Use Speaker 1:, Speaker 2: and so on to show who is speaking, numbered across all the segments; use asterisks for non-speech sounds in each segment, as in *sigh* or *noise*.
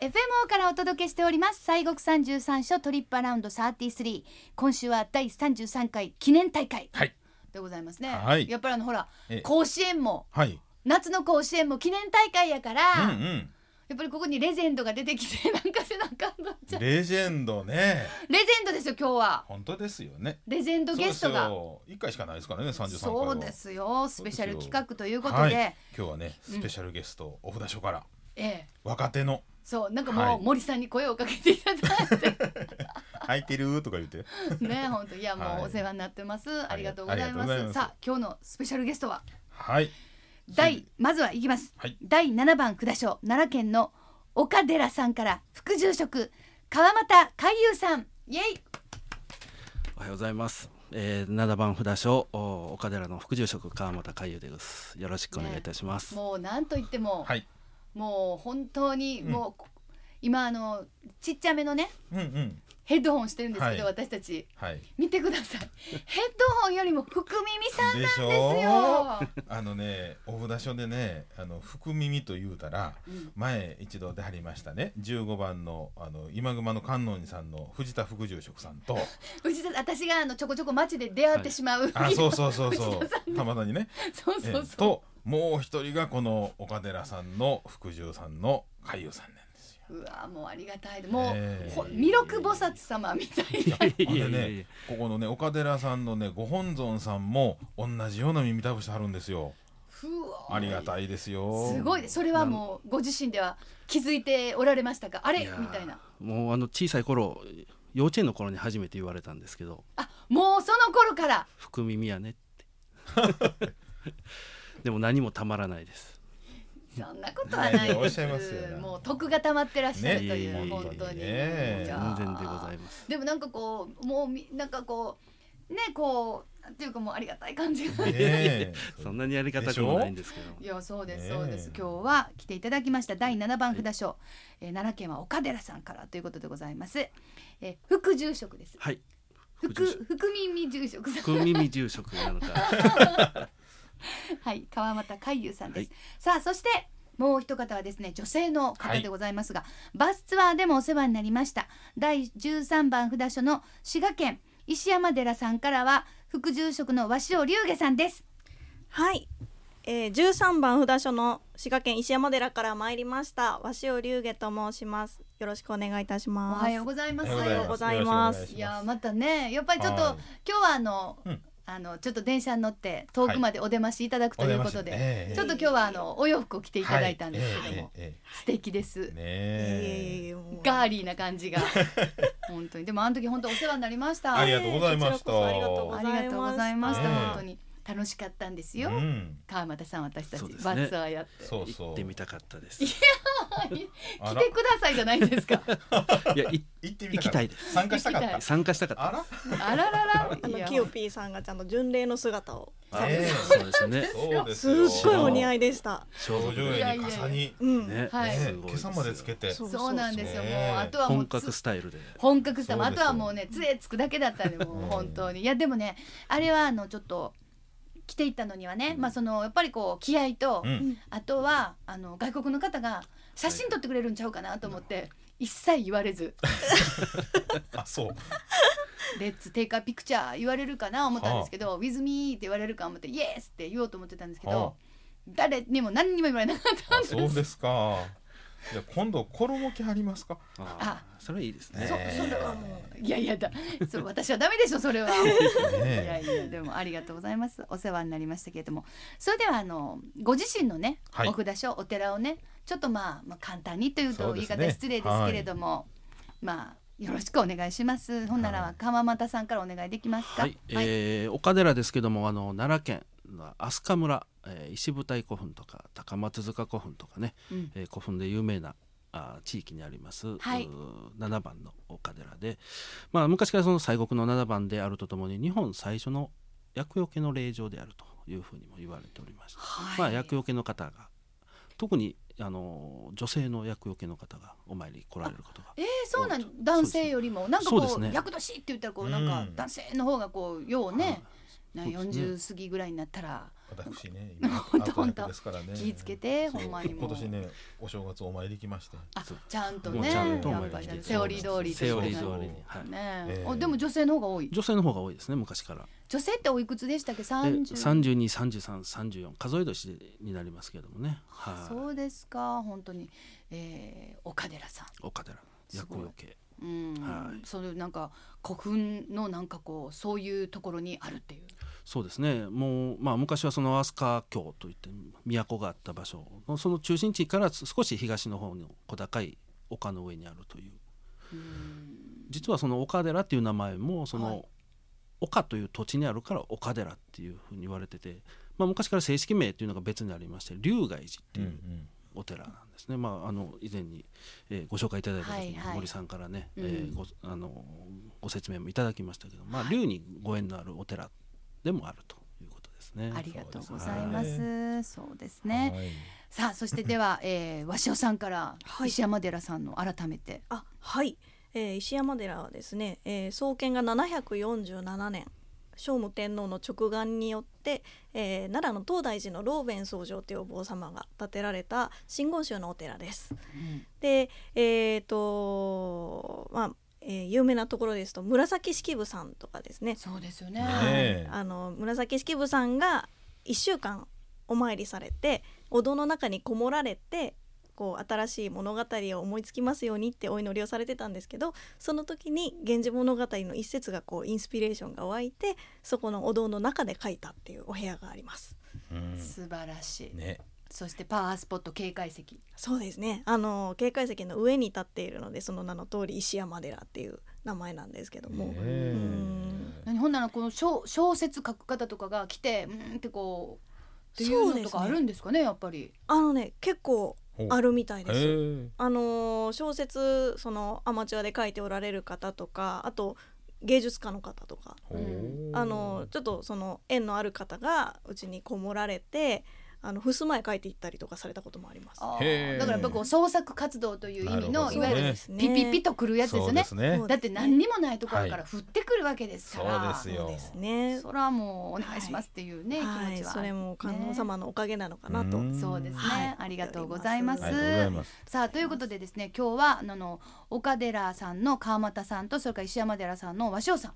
Speaker 1: FMO からお届けしております西国三十三所トリップアラウンド33今週は第33回記念大会
Speaker 2: はい
Speaker 1: でございますね、
Speaker 2: はい
Speaker 1: やっぱりあのほら
Speaker 2: ええ
Speaker 1: 甲子園も
Speaker 2: はい。
Speaker 1: 夏の甲子園も記念大会やから、
Speaker 2: うん
Speaker 1: やっぱりここにレジェンドが出てきてなんか背 *laughs* 中になっち
Speaker 2: う
Speaker 1: ゃ
Speaker 2: ん。
Speaker 1: う
Speaker 2: レジェンドね。
Speaker 1: レジェンドですよ今日は
Speaker 2: 本当ですよね。
Speaker 1: レジェンドゲストが
Speaker 2: そうですよ一回しかないですからね、三十三回は。
Speaker 1: そうですよスペシャル
Speaker 2: そうですよ
Speaker 1: 企画ということで、
Speaker 2: はい今日はね、スペシャルゲスト、お札所から
Speaker 1: ええ
Speaker 2: 若手の
Speaker 1: そうなんかもう、
Speaker 2: はい
Speaker 1: 森さんに声をかけていただいて
Speaker 2: 空いてるとか言って。
Speaker 1: ね本当いやも
Speaker 2: はいう
Speaker 1: お世話になってます、ありがとうござい
Speaker 2: ありが
Speaker 1: ます
Speaker 2: とうございます
Speaker 1: さあ今日のスペシャルゲストは
Speaker 2: はい。
Speaker 1: 第まずはいきます、
Speaker 2: はい
Speaker 1: 第7番下賞奈良県の岡寺さんから副住職川俣海優さんイエイ
Speaker 3: おはようございます。えー、7番札所お岡寺の副住職川本海優です。よろしくお願いいたします。
Speaker 1: もうなんと言っても、
Speaker 2: はい。
Speaker 1: もう本当に
Speaker 2: うん
Speaker 1: もう、今あのちっちゃめのね
Speaker 2: うんうん。
Speaker 1: ヘッドホンしてるんですけど、
Speaker 2: は
Speaker 1: 私たち
Speaker 2: はい。
Speaker 1: 見てくださいヘッドホンよりも福耳さん
Speaker 2: でし
Speaker 1: ですよ
Speaker 2: ょ。あのね、お札所でね、あの福耳と言うたら。
Speaker 1: うん
Speaker 2: 前一度出はりましたね15番のあの今熊の観音寺さんの藤田副住職さん
Speaker 1: *laughs*
Speaker 2: と
Speaker 1: うちだ私があのちょこちょこ街で出会ってしまう、
Speaker 2: あそうそうそう
Speaker 1: 藤
Speaker 2: そ
Speaker 1: 田さん
Speaker 2: うたまにね
Speaker 1: *laughs* そう
Speaker 2: え
Speaker 1: そう
Speaker 2: ー
Speaker 1: そう
Speaker 2: ともう一人がこの岡寺さんの福住さんの海優さんなんですよ。
Speaker 1: うわもうありがたいもう、
Speaker 2: えー
Speaker 1: ほ弥勒菩薩様みたいな
Speaker 3: い
Speaker 2: ほん
Speaker 3: や
Speaker 2: で
Speaker 3: いやい
Speaker 2: ね
Speaker 3: や
Speaker 2: ここのね岡寺さんのねご本尊さんも同じような耳たぶしてはるんですよ。
Speaker 1: ふわ
Speaker 2: ありがたいですよ。
Speaker 1: すごいそれはもうご自身では気づいておられましたかあれ
Speaker 3: やー
Speaker 1: みたいな
Speaker 3: もうあの小さい頃幼稚園の頃に初めて言われたんですけど
Speaker 1: あもうその頃から
Speaker 3: 「福耳やね」ってでも何もたまらないです
Speaker 1: そんなことはない
Speaker 2: いやいやお
Speaker 1: で
Speaker 2: っし
Speaker 1: す
Speaker 2: ゃいますよ
Speaker 1: もう徳が溜まってらっしゃるという、
Speaker 3: ね
Speaker 1: 本当に、
Speaker 2: ね
Speaker 1: じ
Speaker 3: 全
Speaker 1: ゃあ
Speaker 3: 然でございます
Speaker 1: でもなんかこうもうみなんかこうねこうなんていうかもうありがたい感じが
Speaker 2: ねえ
Speaker 3: そんなにやり方くもないんですけど
Speaker 1: いやそうです、
Speaker 2: ねえ
Speaker 1: そうです今日は来ていただきました第7番札所、えー奈良県は岡寺さんからということでございます、えー副住職です
Speaker 3: はい
Speaker 1: 副
Speaker 3: 副住職
Speaker 1: 福耳住職さん
Speaker 3: 福耳住職なのか
Speaker 1: はい川俣海優さんです、さあそしてもう一方はですね女性の方でございますが、バスツアーでもお世話になりました第13番札所の滋賀県石山寺さんからは副住職の鷲尾龍下さんです
Speaker 4: はい、えー、13番札所の滋賀県石山寺から参りました鷲尾龍下と申しますよろしくお願いいたし
Speaker 1: お
Speaker 4: ます
Speaker 1: はようございます
Speaker 4: おはようございます
Speaker 2: よろしくお願し
Speaker 1: いやーまたねやっぱりちょっと、
Speaker 2: はい
Speaker 1: 今日はあの、
Speaker 2: うん
Speaker 1: あのちょっと電車に乗って遠くまでお出ましいただくということで、
Speaker 2: はいお出ましええ
Speaker 1: ちょっと今日はあのお洋服を着ていただいたんですけども、
Speaker 2: はいえええ
Speaker 1: 素敵です、
Speaker 2: えええね
Speaker 4: いえいえい
Speaker 2: え。
Speaker 4: えもう
Speaker 1: ガーリーな感じが本当にでもあの時本当お世話になりました
Speaker 2: あ
Speaker 1: あ
Speaker 2: り
Speaker 1: り
Speaker 2: がとうございました
Speaker 4: こちらこそありがと
Speaker 1: がと
Speaker 4: うございます
Speaker 1: うございました、
Speaker 2: ねえ
Speaker 1: 本当に楽しかったんですよ、
Speaker 2: うん、
Speaker 1: 川俣さん私たち、
Speaker 3: そうです
Speaker 1: バ
Speaker 3: ね
Speaker 1: ツアーやって
Speaker 2: そうそう。
Speaker 3: 行ってみたかったです
Speaker 1: い
Speaker 3: い
Speaker 2: あ
Speaker 1: 来
Speaker 2: ら
Speaker 1: てくださいじゃないですか
Speaker 3: やい
Speaker 2: 行ってみたか
Speaker 3: 行き
Speaker 2: った
Speaker 3: いです
Speaker 2: 参加したかっ
Speaker 1: 行
Speaker 2: た
Speaker 1: き。
Speaker 3: 参加したかった
Speaker 2: あら、
Speaker 1: あらら
Speaker 4: あ
Speaker 1: らい
Speaker 4: の
Speaker 1: や
Speaker 4: キヨピーさんがちゃんと巡礼の姿を
Speaker 2: ええ
Speaker 3: そうですよね
Speaker 2: そうです
Speaker 4: すっ
Speaker 2: よ。
Speaker 4: ごいお似
Speaker 2: い。
Speaker 4: 合いでした
Speaker 3: 装束
Speaker 1: いや
Speaker 2: 円に重に。
Speaker 4: うん、
Speaker 3: ね
Speaker 1: はい
Speaker 2: ね
Speaker 3: すごい
Speaker 2: 今朝までつけて。
Speaker 4: そう
Speaker 1: そうなんですよ
Speaker 2: そうそう
Speaker 1: もうあとはもう
Speaker 3: 本格スタイルで
Speaker 1: 本格さも
Speaker 2: そ
Speaker 1: あ
Speaker 2: うで
Speaker 1: と
Speaker 2: す
Speaker 1: はもうね杖つくだけだったんでもう
Speaker 2: うん
Speaker 1: 本当にいやでもねあれはあのちょっと来ていったのにはね、
Speaker 3: うん
Speaker 1: まあそのやっぱりこう気合と、
Speaker 2: うん
Speaker 1: あとはあの外国の方が写真撮ってくれるんちゃうかなと思って、一切言われず *laughs*
Speaker 2: あ、そう。
Speaker 1: 「レッツテイカーピクチャー」言われるかな思ったんですけど「with me」って言われるか思って「イエス!」って言おうと思ってたんですけ
Speaker 2: はあ
Speaker 1: ど誰にも何にも言われなかったん
Speaker 2: あ、
Speaker 1: です
Speaker 2: そうですか。いや、今度衣着はりますか。
Speaker 3: ああそれはいいですね
Speaker 2: ね
Speaker 4: そそれはも
Speaker 1: いやいやだそう私はダメでしょそれは。 *laughs* いや
Speaker 2: ねえ
Speaker 1: いやでもありがとうございますお世話になりましたけれどもそれではあのご自身のね、
Speaker 2: はい
Speaker 1: お札所お寺をねちょっとまあ、まあ、簡単にという
Speaker 2: そ
Speaker 1: と
Speaker 2: うで
Speaker 1: 言い
Speaker 2: すね
Speaker 1: 方失礼ですけれども、まあよろしくお願いしますほんなら
Speaker 2: は
Speaker 1: はい鎌又さんからお願いできますか
Speaker 3: はい、えー岡寺ですけどもあの奈良県の飛鳥村、えー石舞台古墳とか高松塚古墳とかね、
Speaker 1: うん
Speaker 3: えー古墳で有名なあー地域にあります、
Speaker 1: はいう
Speaker 3: ー7番の岡寺で、まあ、昔からその西国の7番であるとともに日本最初の厄除けの霊場であるというふうにも言われておりまして、
Speaker 1: はい
Speaker 3: まあ、厄除けの方が特にあの女性の厄除けの方がお参りに来られることが
Speaker 1: えー、そうなん
Speaker 3: そうです
Speaker 1: 男性よりもなんかこ
Speaker 3: そうです
Speaker 1: う
Speaker 3: ね
Speaker 1: 厄年って言ったらこうなんか
Speaker 2: うん
Speaker 1: 男性の方がこうようね、
Speaker 3: はい
Speaker 1: な
Speaker 3: そうですね
Speaker 1: 40過ぎぐらいになったら
Speaker 2: 私ね今
Speaker 1: *laughs* ほんと
Speaker 2: アート役ですからね
Speaker 1: 気ぃつけて
Speaker 2: そう
Speaker 1: ほんまにもう
Speaker 2: 今年ねお正月お参りきまして
Speaker 1: あちゃんと
Speaker 3: もう
Speaker 1: ね
Speaker 3: ちゃ
Speaker 1: や
Speaker 3: んと
Speaker 1: っぱりセオリー通り
Speaker 3: セオリー
Speaker 1: ね
Speaker 3: 通りに、はい、
Speaker 1: え
Speaker 2: ええ
Speaker 1: おでも女性の方が多い
Speaker 3: 女性の方が多いですね昔から
Speaker 1: 女性っておいくつでしたっけ30
Speaker 3: 323334数え年になりますけどもね
Speaker 1: そ
Speaker 3: は
Speaker 1: うですか本当に、えー、岡寺さん
Speaker 3: い岡寺
Speaker 1: すご
Speaker 3: 厄
Speaker 1: い
Speaker 3: 除け
Speaker 1: うん、
Speaker 3: はい
Speaker 1: それなんか古墳のなんかこうそういうところにあるっていう
Speaker 3: そうですねもう、まあ、昔はその飛鳥峡といって都があった場所のその中心地から少し東の方の小高い丘の上にあるという
Speaker 1: うん
Speaker 3: 実はその岡寺っていう名前もその、
Speaker 1: はい
Speaker 3: 丘という土地にあるから岡寺っていうふうに言われてて、まあ、昔から正式名っていうのが別にありまして龍外寺っていうお寺なんですね、まあ、あの以前に、えーご紹介いただいた時に
Speaker 1: はいはい
Speaker 3: 森さんからね、
Speaker 1: うん
Speaker 3: えーごあのご説明もいただきましたけど、まあ、龍にご縁のあるお寺でもあるということですね。
Speaker 1: ありがとうございます。そうですね。
Speaker 2: はい
Speaker 1: さあ、そしてでは、えー、鷲尾さんから
Speaker 4: はい
Speaker 1: 石山寺さんの改めて。
Speaker 4: あはい、えー石山寺はですね、えー創建が747年聖武天皇の直眼によって、えー奈良の東大寺の老弁僧正というお坊様が建てられた真言宗のお寺です。でえーとまあえー有名なところですと紫式部さんとかですね
Speaker 1: そうですよね。
Speaker 2: ねえ
Speaker 4: あの紫式部さんが1週間お参りされてお堂の中にこもられてこう新しい物語を思いつきますようにってお祈りをされてたんですけどその時に「源氏物語」の一節がこうインスピレーションが湧いてそこのお堂の中で書いたっていうお部屋があります。
Speaker 2: う
Speaker 1: 素晴らしい。
Speaker 2: んね
Speaker 1: そしてパワースポット警戒席。
Speaker 4: そうですねあの警戒石の上に立っているのでその名の通り石山寺っていう名前なんですけども、
Speaker 2: ねえ
Speaker 4: うん
Speaker 1: 何ほんならこの小小説書く方とかが来て、うーんってこう。ってい
Speaker 4: そううで
Speaker 1: の
Speaker 4: す
Speaker 1: と
Speaker 4: ね
Speaker 1: かあるんですかね、やっぱり。
Speaker 4: あのね結構
Speaker 2: ほう
Speaker 4: あるみたいです。
Speaker 2: へ
Speaker 4: あのー小説そのアマチュアで書いておられる方とかあと芸術家の方とか、
Speaker 2: え
Speaker 1: う
Speaker 4: あのーちょっとその縁のある方がうちにこもられてあの襖絵描いていったりとかされたこともあります。
Speaker 1: あ
Speaker 2: へ
Speaker 1: ー
Speaker 2: え
Speaker 1: だからやっぱこう創作活動という意味の、
Speaker 2: なるほど
Speaker 1: いわゆる
Speaker 2: ね
Speaker 1: ピピピとくるやつです
Speaker 2: そ
Speaker 1: よ
Speaker 2: う
Speaker 1: ね
Speaker 2: で。すね
Speaker 4: そう
Speaker 1: だって何にもないところから降ってくるわけですから。
Speaker 2: はいそうです
Speaker 4: そう
Speaker 2: よ
Speaker 4: ですね。
Speaker 1: それはもうお願いしますっていうね、
Speaker 4: は
Speaker 1: 気持
Speaker 4: い、
Speaker 1: ちは
Speaker 4: それも観音様のおかげなのかなと。
Speaker 2: うん
Speaker 1: そうですね、
Speaker 4: はい
Speaker 1: ありがとうございます。
Speaker 2: ありがとうございます
Speaker 1: さあということでですね今日はあの岡寺さんの川俣さんとそれから石山寺さんの和尚さん、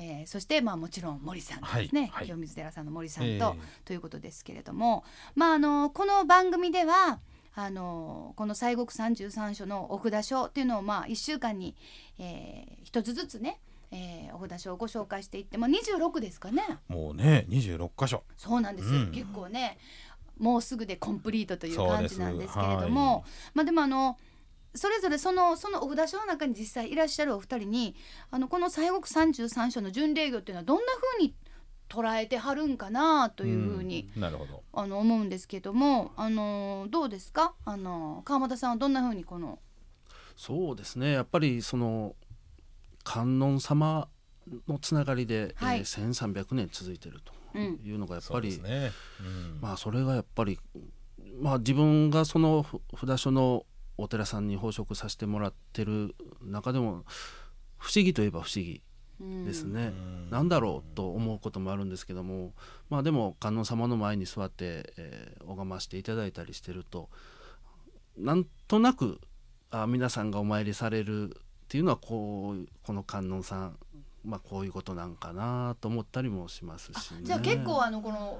Speaker 1: えー、そしてまあもちろん森さんですね、
Speaker 2: はいはい
Speaker 1: 清水寺さんの森さんと、
Speaker 2: ええ
Speaker 1: ということですけれどもまああのこの番組ではあのこの西国三十三所のお札書っていうのをまあ1週間に、えー、一つずつね、えー、お札書をご紹介していって、まあ、26ですかね。
Speaker 2: もうね26箇所
Speaker 1: そうなんですよ、
Speaker 2: うん
Speaker 1: 結構ねもうすぐでコンプリートという感じなんですけれど
Speaker 2: そう
Speaker 1: も、まあでもあのそれぞれそのそのお札書の中に実際いらっしゃるお二人にあのこの西国三十三所の巡礼業っていうのはどんな風に捉えてはるんかなという風に、
Speaker 2: うんなるほど
Speaker 1: あの思うんですけどもあのどうですかあの川俣さんはどんな風にこの
Speaker 3: そうですねやっぱりその観音様のつながりで、
Speaker 1: はい
Speaker 3: えー1300年続いてると
Speaker 1: うん
Speaker 3: いうのがやっ
Speaker 2: そ
Speaker 3: ぱ
Speaker 2: うで
Speaker 3: り、
Speaker 2: すねうん
Speaker 3: まあそれがやっぱり、まあ、自分がそのふ札所のお寺さんに奉職させてもらってる中でも不思議といえば不思議
Speaker 1: うん
Speaker 3: です
Speaker 2: う
Speaker 3: ね、
Speaker 2: ん
Speaker 3: なんだろうと思うこともあるんですけどもまあでも観音様の前に座って、えー拝ましていただいたりしてるとなんとなくあ皆さんがお参りされるっていうのはこうこの観音さん、まあ、こういうことなんかなと思ったりもしますし、ね、
Speaker 1: じゃあ結構あのこの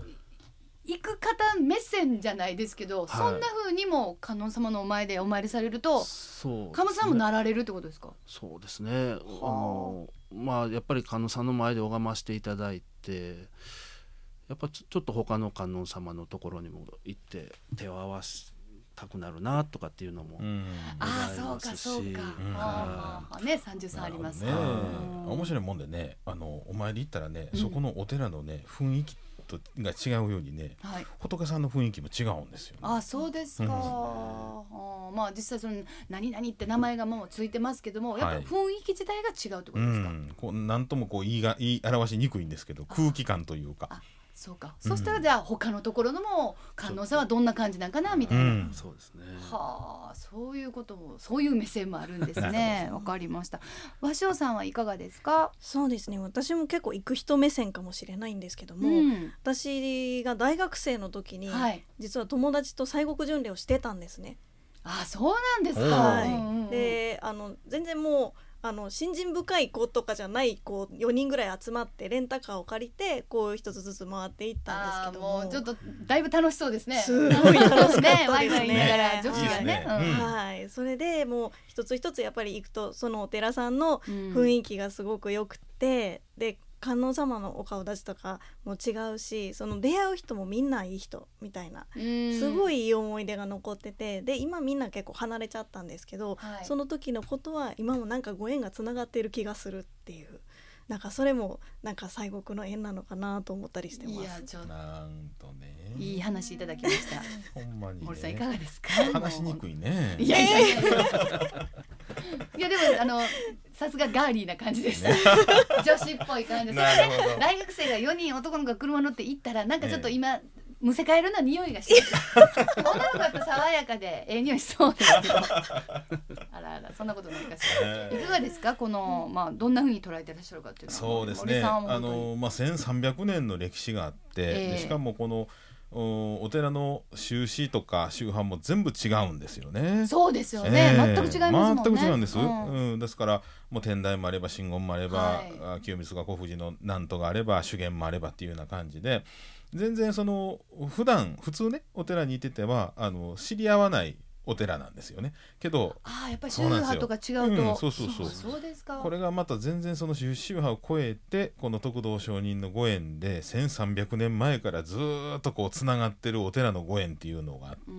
Speaker 1: 行く方目線じゃないですけど、
Speaker 3: はい
Speaker 1: そんな風にも観音様のお前でお参りされると
Speaker 3: そう
Speaker 1: 鴨さんもなられるってことですか。
Speaker 3: そうですね、あのまあやっぱり観音さんの前で拝ましていただいてやっぱちょちょっと他の観音様のところにも行って手を合わしたくなるなとかっていうのも、
Speaker 2: うん
Speaker 1: ああ、
Speaker 3: ござい
Speaker 1: そう
Speaker 3: ま
Speaker 1: か、
Speaker 3: すし
Speaker 1: そうか。
Speaker 2: うん
Speaker 1: ああ、ね、三十三ありますか
Speaker 2: な
Speaker 1: ら。
Speaker 2: るほど
Speaker 1: う
Speaker 2: ね
Speaker 1: ん
Speaker 2: 面白いもんでねあのお参り行ったらね、
Speaker 1: うん
Speaker 2: そこのお寺のね雰囲気とが違うようにね
Speaker 1: はい。
Speaker 2: 仏さんの雰囲気も違うんですよ、ね、
Speaker 1: ああ、そうですか。
Speaker 2: うん
Speaker 1: ああまあ、実際その何々って名前がもうついてますけども、やっぱり雰囲気自体が違うってこと
Speaker 2: う
Speaker 1: ですか。
Speaker 2: ん、こうなんともこう言いが言い表しにくいんですけど空気感というか
Speaker 1: あそうか、そしたらじゃあ他のところのも観音さんはどんな感じなんかなみたいな、
Speaker 2: うん
Speaker 3: そうですね
Speaker 1: はあそういうこともそういう目線もあるんですねわかりました和尚さんはいかがですか、
Speaker 4: そうですね私も結構行く人目線かもしれないんですけども、
Speaker 1: うん
Speaker 4: 私が大学生の時に、
Speaker 1: はい
Speaker 4: 実は友達と西国巡礼をしてたんですね。
Speaker 1: あそうなんですか、
Speaker 4: はい
Speaker 1: うんうんうん
Speaker 4: であの全然もうあの信心深い子とかじゃない子4人ぐらい集まってレンタカーを借りてこう一つずつ回っていったんです
Speaker 1: あ
Speaker 4: け
Speaker 1: ー
Speaker 4: ど
Speaker 1: も
Speaker 4: も
Speaker 1: うちょっとだいぶ楽しそうですね
Speaker 4: すごい楽しかったで
Speaker 1: ね
Speaker 4: すね
Speaker 1: ワイワイ言いながら女子がね
Speaker 2: ねいいですね
Speaker 4: はい、それでもう一つ一つやっぱり行くとそのお寺さんの
Speaker 1: うんうん
Speaker 4: 雰囲気がすごく良くて、で観音様のお顔立ちとかも違うしその出会う人もみんないい人みたいな
Speaker 1: うん
Speaker 4: すごいいい思い出が残っててで今みんな結構離れちゃったんですけど、
Speaker 1: はい
Speaker 4: その時のことは今もなんかご縁がつながっている気がするっていうなんかそれもなんか西国の縁なのかなと思ったりして
Speaker 1: い
Speaker 4: ま
Speaker 1: や
Speaker 4: す。
Speaker 1: ちょっと
Speaker 2: なんとね
Speaker 1: いい話いただきました
Speaker 2: ほんまに、ね、
Speaker 1: 森さんいかがですか
Speaker 2: 話しに
Speaker 1: い
Speaker 2: くいね
Speaker 1: いやいやいやいやいやでもあのさすがガーリーな感じでした *laughs* 女子っぽい感じです
Speaker 2: なるほど
Speaker 1: 大学生が4人男の子が車乗って行ったらなんかちょっと今、むせ返るな匂いがして
Speaker 2: *laughs*
Speaker 1: 女の子はやっぱ爽やかでええ匂いしそうですけどあらあらそんなことないかし
Speaker 2: え
Speaker 1: らい
Speaker 2: ー
Speaker 1: かがですかこのまあどんな風に捉えてらっしゃるかっていうのは
Speaker 2: そうです
Speaker 1: 森
Speaker 2: ね。
Speaker 1: さんは
Speaker 2: あ
Speaker 1: 本当に
Speaker 2: のまあ1300年の歴史があって、
Speaker 1: ええ
Speaker 2: でしかもこのおお寺の宗旨とか宗派も全部違うんですよね。
Speaker 1: そうですよね、
Speaker 2: ええ
Speaker 1: 全く違いますもんね
Speaker 2: 全く違うんです。
Speaker 1: う
Speaker 2: うんん、ですからもう天台もあれば真言もあれば、
Speaker 1: はい
Speaker 2: あ清水が古富士のなんとがあれば修験もあればっていうような感じで。全然その普段普通ねお寺にいててはあの知り合わないお寺なんですよねけど
Speaker 1: ああやっぱり宗
Speaker 2: そうなんです
Speaker 1: 派
Speaker 2: よ
Speaker 1: とか違うと、
Speaker 2: うんそうそうそう
Speaker 1: かそうですか
Speaker 2: これがまた全然その宗派を超えてこの徳道上人のご縁で1300年前からずーっとこうつながってるお寺のご縁っていうのがあって、
Speaker 1: うん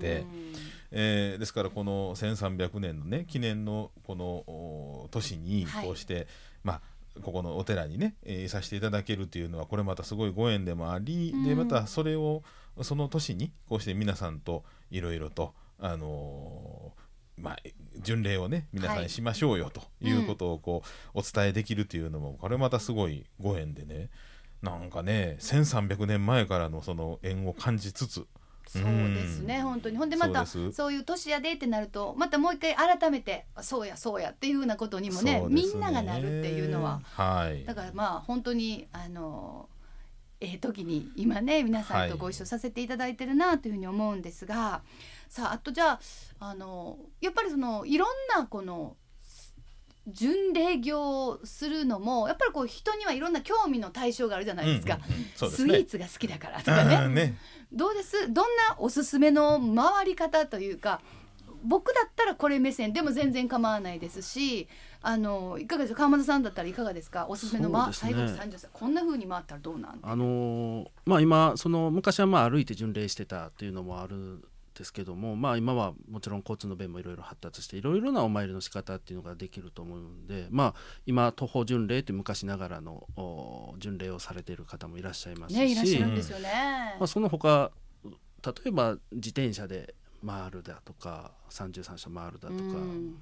Speaker 2: えーですからこの1300年のね記念のこのお年に
Speaker 1: はい
Speaker 2: こうして、まあここのお寺にね、えーいさせていただけるというのはこれまたすごいご縁でもあり、
Speaker 1: う
Speaker 2: で
Speaker 1: ん
Speaker 2: またそれをその年にこうして皆さんといろいろとあのーまあ巡礼をね皆さんにしましょうよということをこうお伝えできるというのもこれまたすごいご縁でねなんかね1300年前からのその縁を感じつつ
Speaker 1: そうですね、
Speaker 2: うん
Speaker 1: 本当にほんでまた
Speaker 2: そう
Speaker 1: そうい
Speaker 2: です
Speaker 1: う年やでってなるとまたもう一回改めてあそうやそうやっていうようなことにもね
Speaker 2: そうで
Speaker 1: み
Speaker 2: す
Speaker 1: んながなるっていうのは
Speaker 2: はい
Speaker 1: だからまあ本当にあのええ時に今ね皆さんとご一緒させていただいてるなというふうに思うんですが、さああとじゃああのやっぱりそのいろんなこの巡礼業をするのもやっぱりこう人にはいろんな興味の対象があるじゃないですか。
Speaker 2: うんうんうんそうです
Speaker 1: スイ
Speaker 2: ね
Speaker 1: ーツが好きだからとかね
Speaker 2: うんね
Speaker 1: どうですどんなおすすめの回り方というか僕だったらこれ目線でも全然構わないですしあのいかがですか川本さんだったらいかがですかおすすめの、ま、
Speaker 3: そ
Speaker 1: 最
Speaker 3: うです
Speaker 1: 後
Speaker 3: ね
Speaker 1: の30歳こんな風に回ったらどうなん
Speaker 3: あのーまあ今その昔はまあ歩いて巡礼してたっていうのもあるんですけどもまあ今はもちろん交通の便もいろいろ発達していろいろなお参りの仕方っていうのができると思うんでまあ今徒歩巡礼って昔ながらのお巡礼をされている方もいらっしゃいますし、
Speaker 1: ねいらっしゃるんですよね
Speaker 3: まあ、。その他例えば自転車で回るだとか33車回るだとか、
Speaker 1: うん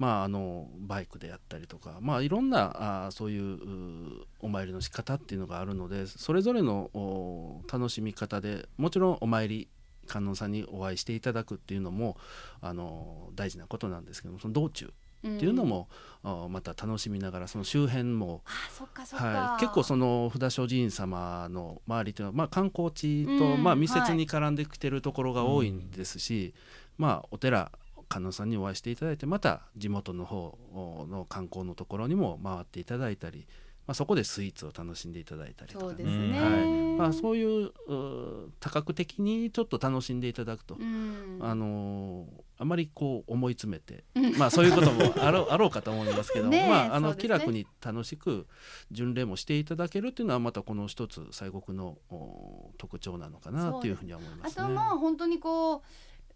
Speaker 3: まあ、あのバイクでやったりとか、まあ、いろんなあーそういううーお参りの仕方っていうのがあるのでそれぞれのお楽しみ方でもちろんお参り観音さんにお会いしていただくっていうのもあの大事なことなんですけどもその道中
Speaker 1: っ
Speaker 3: っていうの、も、あーまた楽しみながらその周辺も
Speaker 1: あそっかそっか、
Speaker 3: はい、結構その札所寺院様の周りというのは、まあ、観光地と、
Speaker 1: うん
Speaker 3: まあ、
Speaker 1: はい
Speaker 3: 密接に絡んできてるところが多いんですし、まあ、お寺観音さんにお会いしていただいてまた地元の方の観光のところにも回っていただいたり、まあ、そこでスイーツを楽しんでいただいたりとか
Speaker 1: そうです
Speaker 2: ね
Speaker 1: ね、
Speaker 3: はいまあ、そういううー多角的にちょっと楽しんでいただくと、
Speaker 1: うん
Speaker 3: あのーあまりこう思い詰めて、
Speaker 1: うん
Speaker 3: まあそういうこともあろう *laughs* あろうかと思いますけど、
Speaker 1: ねえ
Speaker 3: まああの、
Speaker 1: そうです
Speaker 3: 気
Speaker 1: ね
Speaker 3: 楽に楽しく巡礼もしていただけるっていうのはまたこの一つ西国のお特徴なのかなっていうふうには思いま
Speaker 1: あ
Speaker 3: す
Speaker 1: と
Speaker 3: ね。
Speaker 1: もう本当にこう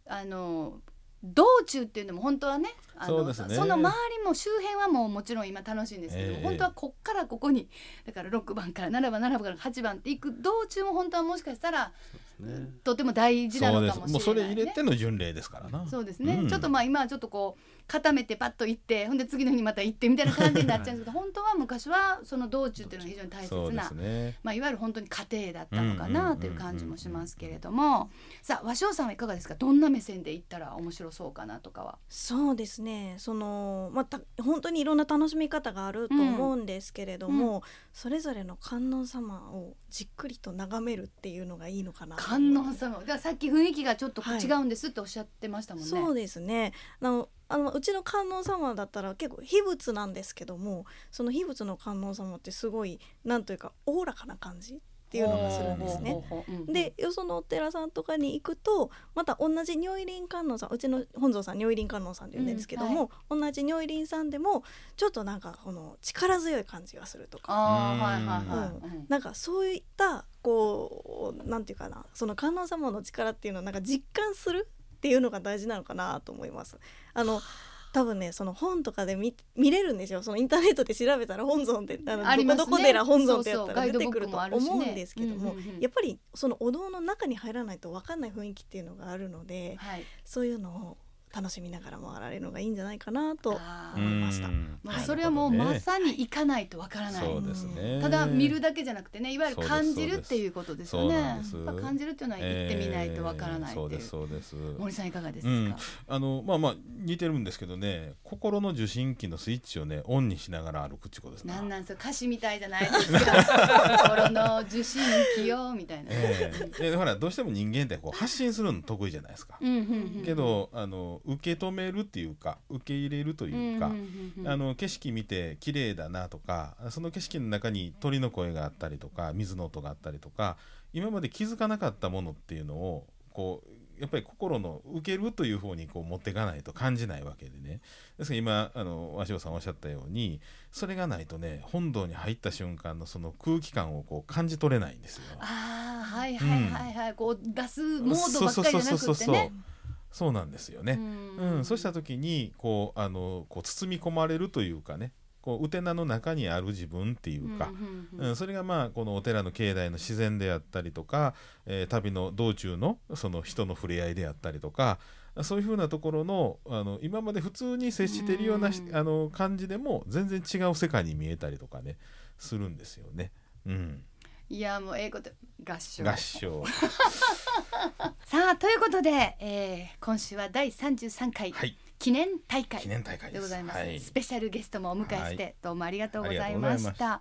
Speaker 1: あの道中っていうのも本当はねあの
Speaker 2: そうですね
Speaker 1: の周りも周辺はもうもちろん今楽しいんですけど、
Speaker 2: ええ
Speaker 1: 本当はこっからここにだから6番から7番7番から8番っていく道中も本当はもしかしたら
Speaker 3: ね。
Speaker 1: とても大事な
Speaker 2: そう
Speaker 1: の
Speaker 2: で
Speaker 1: か
Speaker 2: す
Speaker 1: も
Speaker 2: もう
Speaker 1: し
Speaker 2: そ
Speaker 1: れ
Speaker 2: れ
Speaker 1: な
Speaker 2: 入
Speaker 1: い
Speaker 2: れ
Speaker 1: ね。
Speaker 2: ての巡礼ですからな
Speaker 1: そうですね、
Speaker 2: うん
Speaker 1: ちょっとまあ今はちょっとこう固めてパッと行ってほんで次の日にまた行ってみたいな感じになっちゃうんで
Speaker 2: *laughs*
Speaker 1: すが本当は昔はその道中っていうのが非常に大
Speaker 2: そう
Speaker 1: 切
Speaker 2: で
Speaker 1: な
Speaker 2: すね
Speaker 1: まあ、いわゆる本当に家庭だったのかなという感じもしますけれどもさあ和尚さんはいかがですかどんな目線で行ったら面白そうかなとかは。
Speaker 4: そうですねその、まあた本当にいろんな楽しみ方があると思うんですけれども、それぞれの観音様をじっくりと眺めるっていうのがいいのかなと思い
Speaker 1: 観
Speaker 4: ます
Speaker 1: 音様だからさっき雰囲気がちょっと
Speaker 4: はい
Speaker 1: 違うんですっておっしゃってましたもんね。
Speaker 4: そうですねあのあのうちの観音様だったら結構秘仏なんですけどもその秘仏の観音様ってすごいなんというかおおらかな感じっていうのがするんですね。
Speaker 1: ほうほうほうほう。うん
Speaker 4: でよそのお寺さんとかに行くとまた同じ如意輪観音さんうちの本尊さん如意輪観音さんって言うんですけども、同じ如意輪さんでもちょっとなんかこの力強い感じがするとか
Speaker 1: ああはいはいはい。うん
Speaker 4: なんかそういったこうなんていうかなその観音様の力っていうのをなんか実感するっていうのが大事なのかなと思います。あの多分ねその本とかで見見れるんですよそのインターネットで調べたら本尊ってあの
Speaker 1: ありますね
Speaker 4: どこどこ寺本尊ってや
Speaker 1: そ
Speaker 4: っ
Speaker 1: うそ
Speaker 4: た
Speaker 1: う
Speaker 4: ら
Speaker 1: ガイ
Speaker 4: 出
Speaker 1: ド
Speaker 4: て
Speaker 1: ブッ
Speaker 4: くる
Speaker 1: ク
Speaker 4: と
Speaker 1: もあ
Speaker 4: は
Speaker 1: るしね
Speaker 4: 思うんですけども、
Speaker 1: うんうんうん
Speaker 4: やっぱりそのお堂の中に入らないと分かんない雰囲気っていうのがあるので
Speaker 1: はい。
Speaker 4: そういうのを楽しみながら回られるのがいいんじゃないかなと
Speaker 1: あ
Speaker 4: う
Speaker 1: ー
Speaker 4: 思いました
Speaker 2: うん
Speaker 1: まあそれはもうまさに行かないとわからない。
Speaker 2: そうですね
Speaker 1: ただ見るだけじゃなくてねいわゆる
Speaker 2: そうです
Speaker 1: 感じるっていうことですよ
Speaker 2: そう
Speaker 1: ね。
Speaker 2: な
Speaker 1: や
Speaker 2: んです
Speaker 1: っぱ感じるっていうのは行ってみないとわからない
Speaker 2: えーそう
Speaker 1: っていう
Speaker 2: です。そうです
Speaker 1: 森さんいかがです
Speaker 2: うん
Speaker 1: か。
Speaker 2: あのまあまあ似てるんですけどね心の受信機のスイッチをねオンにしながら歩くっちゅうことですね
Speaker 1: なんなんそれ歌詞みたいじゃないですか。心の受信機よみたいな。
Speaker 2: ええでほらどうしても人間ってこう発信するの得意じゃないですか、
Speaker 1: うんうんうん
Speaker 2: けどあの受け止めるっていうか受け入れるというか、
Speaker 1: んんうんうん
Speaker 2: あの景色見て綺麗だなとかその景色の中に鳥の声があったりとか水の音があったりとか今まで気づかなかったものっていうのをこうやっぱり心の受けるという方にこう持っていかないと感じないわけでねですから今あの和尚さんおっしゃったようにそれがないとね本堂に入った瞬間のその空気感をこう感じ取れないんですよ。
Speaker 1: ああはいはいはいはい、こう出すモードばっ
Speaker 2: そ
Speaker 1: か
Speaker 2: う
Speaker 1: りじゃな
Speaker 2: そうそうそう
Speaker 1: くて
Speaker 2: そう
Speaker 1: ね。
Speaker 2: そうなんですよね。うん、そうした時にこうあのこう包み込まれるというかねこううてなの中にある自分っていうか、
Speaker 1: ん
Speaker 2: うん、それがまあこのお寺の境内の自然であったりとか、えー旅の道中のその人の触れ合いであったりとかそういうふうなところのあの今まで普通に接しているようなし
Speaker 1: うん
Speaker 2: あの感じでも全然違う世界に見えたりとかねするんですよね。うん、
Speaker 1: いやもう英語で合唱 *laughs*
Speaker 2: 合唱
Speaker 1: さあということで、えー、今週は第33回
Speaker 2: はい
Speaker 1: 記念大会
Speaker 2: 記念大会
Speaker 1: で
Speaker 2: です。
Speaker 1: ございます、
Speaker 2: はい
Speaker 1: スペシャルゲストもお迎えして、
Speaker 2: は
Speaker 1: どうもありがとうございま
Speaker 2: ありがと
Speaker 1: し
Speaker 2: うござい
Speaker 1: た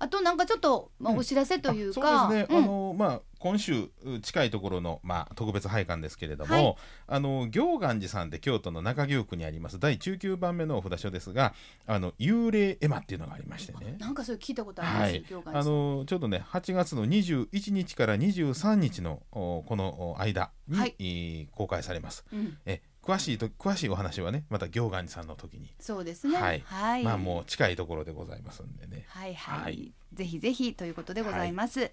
Speaker 1: あとなんかちょっと、まあ、
Speaker 2: うん
Speaker 1: お知らせというか、
Speaker 2: あそうです
Speaker 1: う
Speaker 2: ね、
Speaker 1: ん
Speaker 2: あのまあ今週う近いところのまあ特別拝観ですけれども、
Speaker 1: はい
Speaker 2: あの行願寺さんで京都の中京区にあります第19番目のお札所ですが、あの幽霊絵馬っていうのがありましてね。
Speaker 1: なんかそれ聞いたことありま
Speaker 2: は
Speaker 1: す、
Speaker 2: い
Speaker 1: 業、界
Speaker 2: あのちょうどね8月の21日から23日のおこのお間に、
Speaker 1: はい
Speaker 2: えー公開されます
Speaker 1: うん、
Speaker 2: え詳しいと詳しいお話はねまた行願寺さんの時に、
Speaker 1: そうですね
Speaker 2: はい
Speaker 1: はい、
Speaker 2: まあもう近いところでございますんでね
Speaker 1: はいはい、
Speaker 2: はい
Speaker 1: ぜひぜひということでございます。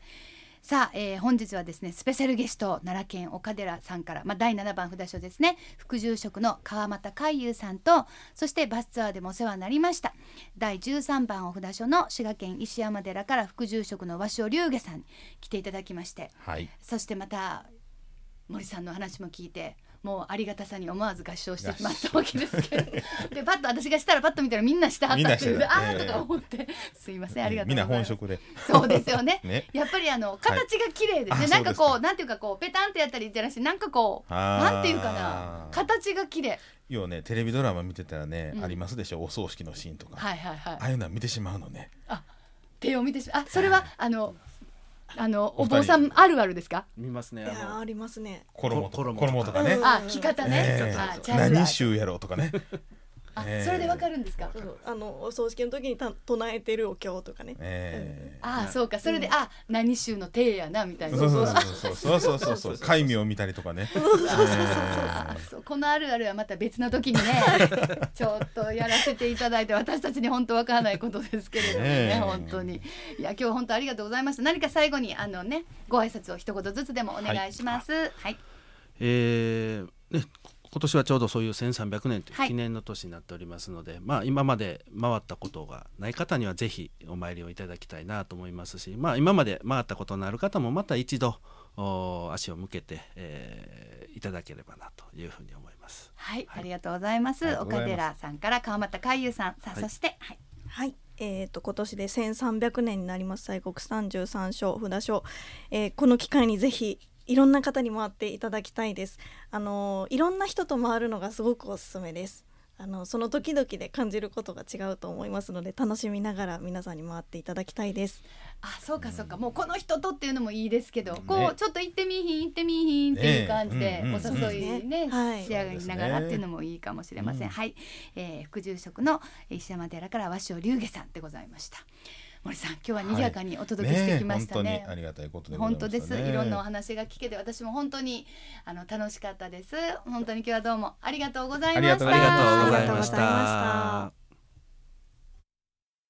Speaker 1: さあ、えー本日はですねスペシャルゲスト奈良県岡寺さんから、まあ、第7番札所ですね副住職の川俣海優さんとそしてバスツアーでもお世話になりました第13番お札所の滋賀県石山寺から副住職の和尚龍下さんに来ていただきまして
Speaker 2: はい
Speaker 1: そしてまた森さんの話も聞いてもうありがたさに思わず合唱してしまったわけですけどでパッと私がしたらパッと見たらみんなしてはっ
Speaker 2: みん
Speaker 1: た
Speaker 2: な
Speaker 1: っ
Speaker 2: してて
Speaker 1: い
Speaker 2: る
Speaker 1: うああ
Speaker 2: ええ
Speaker 1: とか思ってすいませんありがとうご
Speaker 2: みん
Speaker 1: ざい
Speaker 2: な
Speaker 1: ま
Speaker 2: 本
Speaker 1: す。
Speaker 2: 職で
Speaker 1: そうですよね
Speaker 2: *laughs* ね
Speaker 1: やっぱりあの形が綺麗ですね、
Speaker 2: あ
Speaker 1: なんかこ
Speaker 2: そうですか
Speaker 1: うなんていうかこうペタンってやったりじゃなしなんかこう
Speaker 2: あー
Speaker 1: なんていうかな形が綺麗
Speaker 2: 要はねテレビドラマ見てたらね、
Speaker 1: うん
Speaker 2: ありますでしょお葬式のシーンとか、
Speaker 1: はいはいはい
Speaker 2: ああいうのは見てしまうのね
Speaker 1: 手を見てしまうあそれはあのあのお
Speaker 2: お二人
Speaker 1: 坊さんあるあるですか
Speaker 3: 見ますね。
Speaker 4: いやー
Speaker 3: あ
Speaker 4: ありますね。
Speaker 2: 衣と
Speaker 3: こ
Speaker 2: 衣
Speaker 3: 衣
Speaker 2: と
Speaker 3: と
Speaker 2: かね
Speaker 4: う、ん
Speaker 1: あ着方ね、
Speaker 2: ええ
Speaker 1: あチャールは
Speaker 2: 何州やろうとかね
Speaker 1: あ
Speaker 2: ええ
Speaker 1: それでわかるんですか、
Speaker 4: そうあのお葬式の時にた唱えてるお経とかね。
Speaker 2: ええ
Speaker 1: ああそうかそれで、あ何州の帝やなみたいな
Speaker 2: そうそうそうそうそうそうそうそう戒名を見たりとかね
Speaker 1: あそうこのあるあるはまた別な時
Speaker 2: *laughs*
Speaker 1: にねちょっとやらせていただいて私たちに本当わからないことですけれどもね
Speaker 2: ねえ
Speaker 1: 本当にいや今日本当ありがとうございました何か最後にあのねご挨拶を一言ずつでもお願いしますはい、
Speaker 3: えーね今年はちょうどそういう1300年とい
Speaker 1: は
Speaker 3: う
Speaker 1: い
Speaker 3: 記念の年になっておりますので、まあ今まで回ったことがない方にはぜひお参りをいただきたいなと思いますし、まあ今まで回ったことのある方もまた一度お足を向けて、えーいただければなというふうに思います。
Speaker 1: はい、
Speaker 3: はい
Speaker 1: ありがとうございます
Speaker 2: ありがとうござ
Speaker 1: 岡
Speaker 2: います
Speaker 1: 寺さんから川俣海優さんさあ、
Speaker 3: はい
Speaker 1: そしてはい
Speaker 4: はい、えー、と今年で1300年になります西国33所札所、えーこの機会にぜひいろんな方に回っていただきたいですあのーいろんな人と回るのがすごくおすすめですあのその時々で感じることが違うと思いますので楽しみながら皆さんに回っていただきたいです
Speaker 1: あそうかそうか、もうこの人とっていうのもいいですけど、
Speaker 2: ね
Speaker 1: こうちょっと行ってみいひん行ってみいひんっていう感じで、
Speaker 2: ねうんうん
Speaker 1: お誘いね、
Speaker 4: そうですねはい
Speaker 1: 仕上がりながら
Speaker 2: そ
Speaker 1: っ
Speaker 2: うですね
Speaker 1: ていうのもいいかもしれません、
Speaker 2: うん
Speaker 1: はい、えー、副住職の石山寺から和尚龍下さんでございました森さん今日は賑やかにお届けしてきました
Speaker 2: ねえ
Speaker 1: ね,、
Speaker 2: 本当にありがたいことでござい
Speaker 1: 本
Speaker 2: ました
Speaker 1: 当
Speaker 2: ね
Speaker 1: です、いろんなお話が聞けて私も本当にあの楽しかったです本当に今日はどうもありがとうございました
Speaker 2: ありがとうございました
Speaker 3: ありがとうございまし
Speaker 4: ありがとうございました
Speaker 3: た。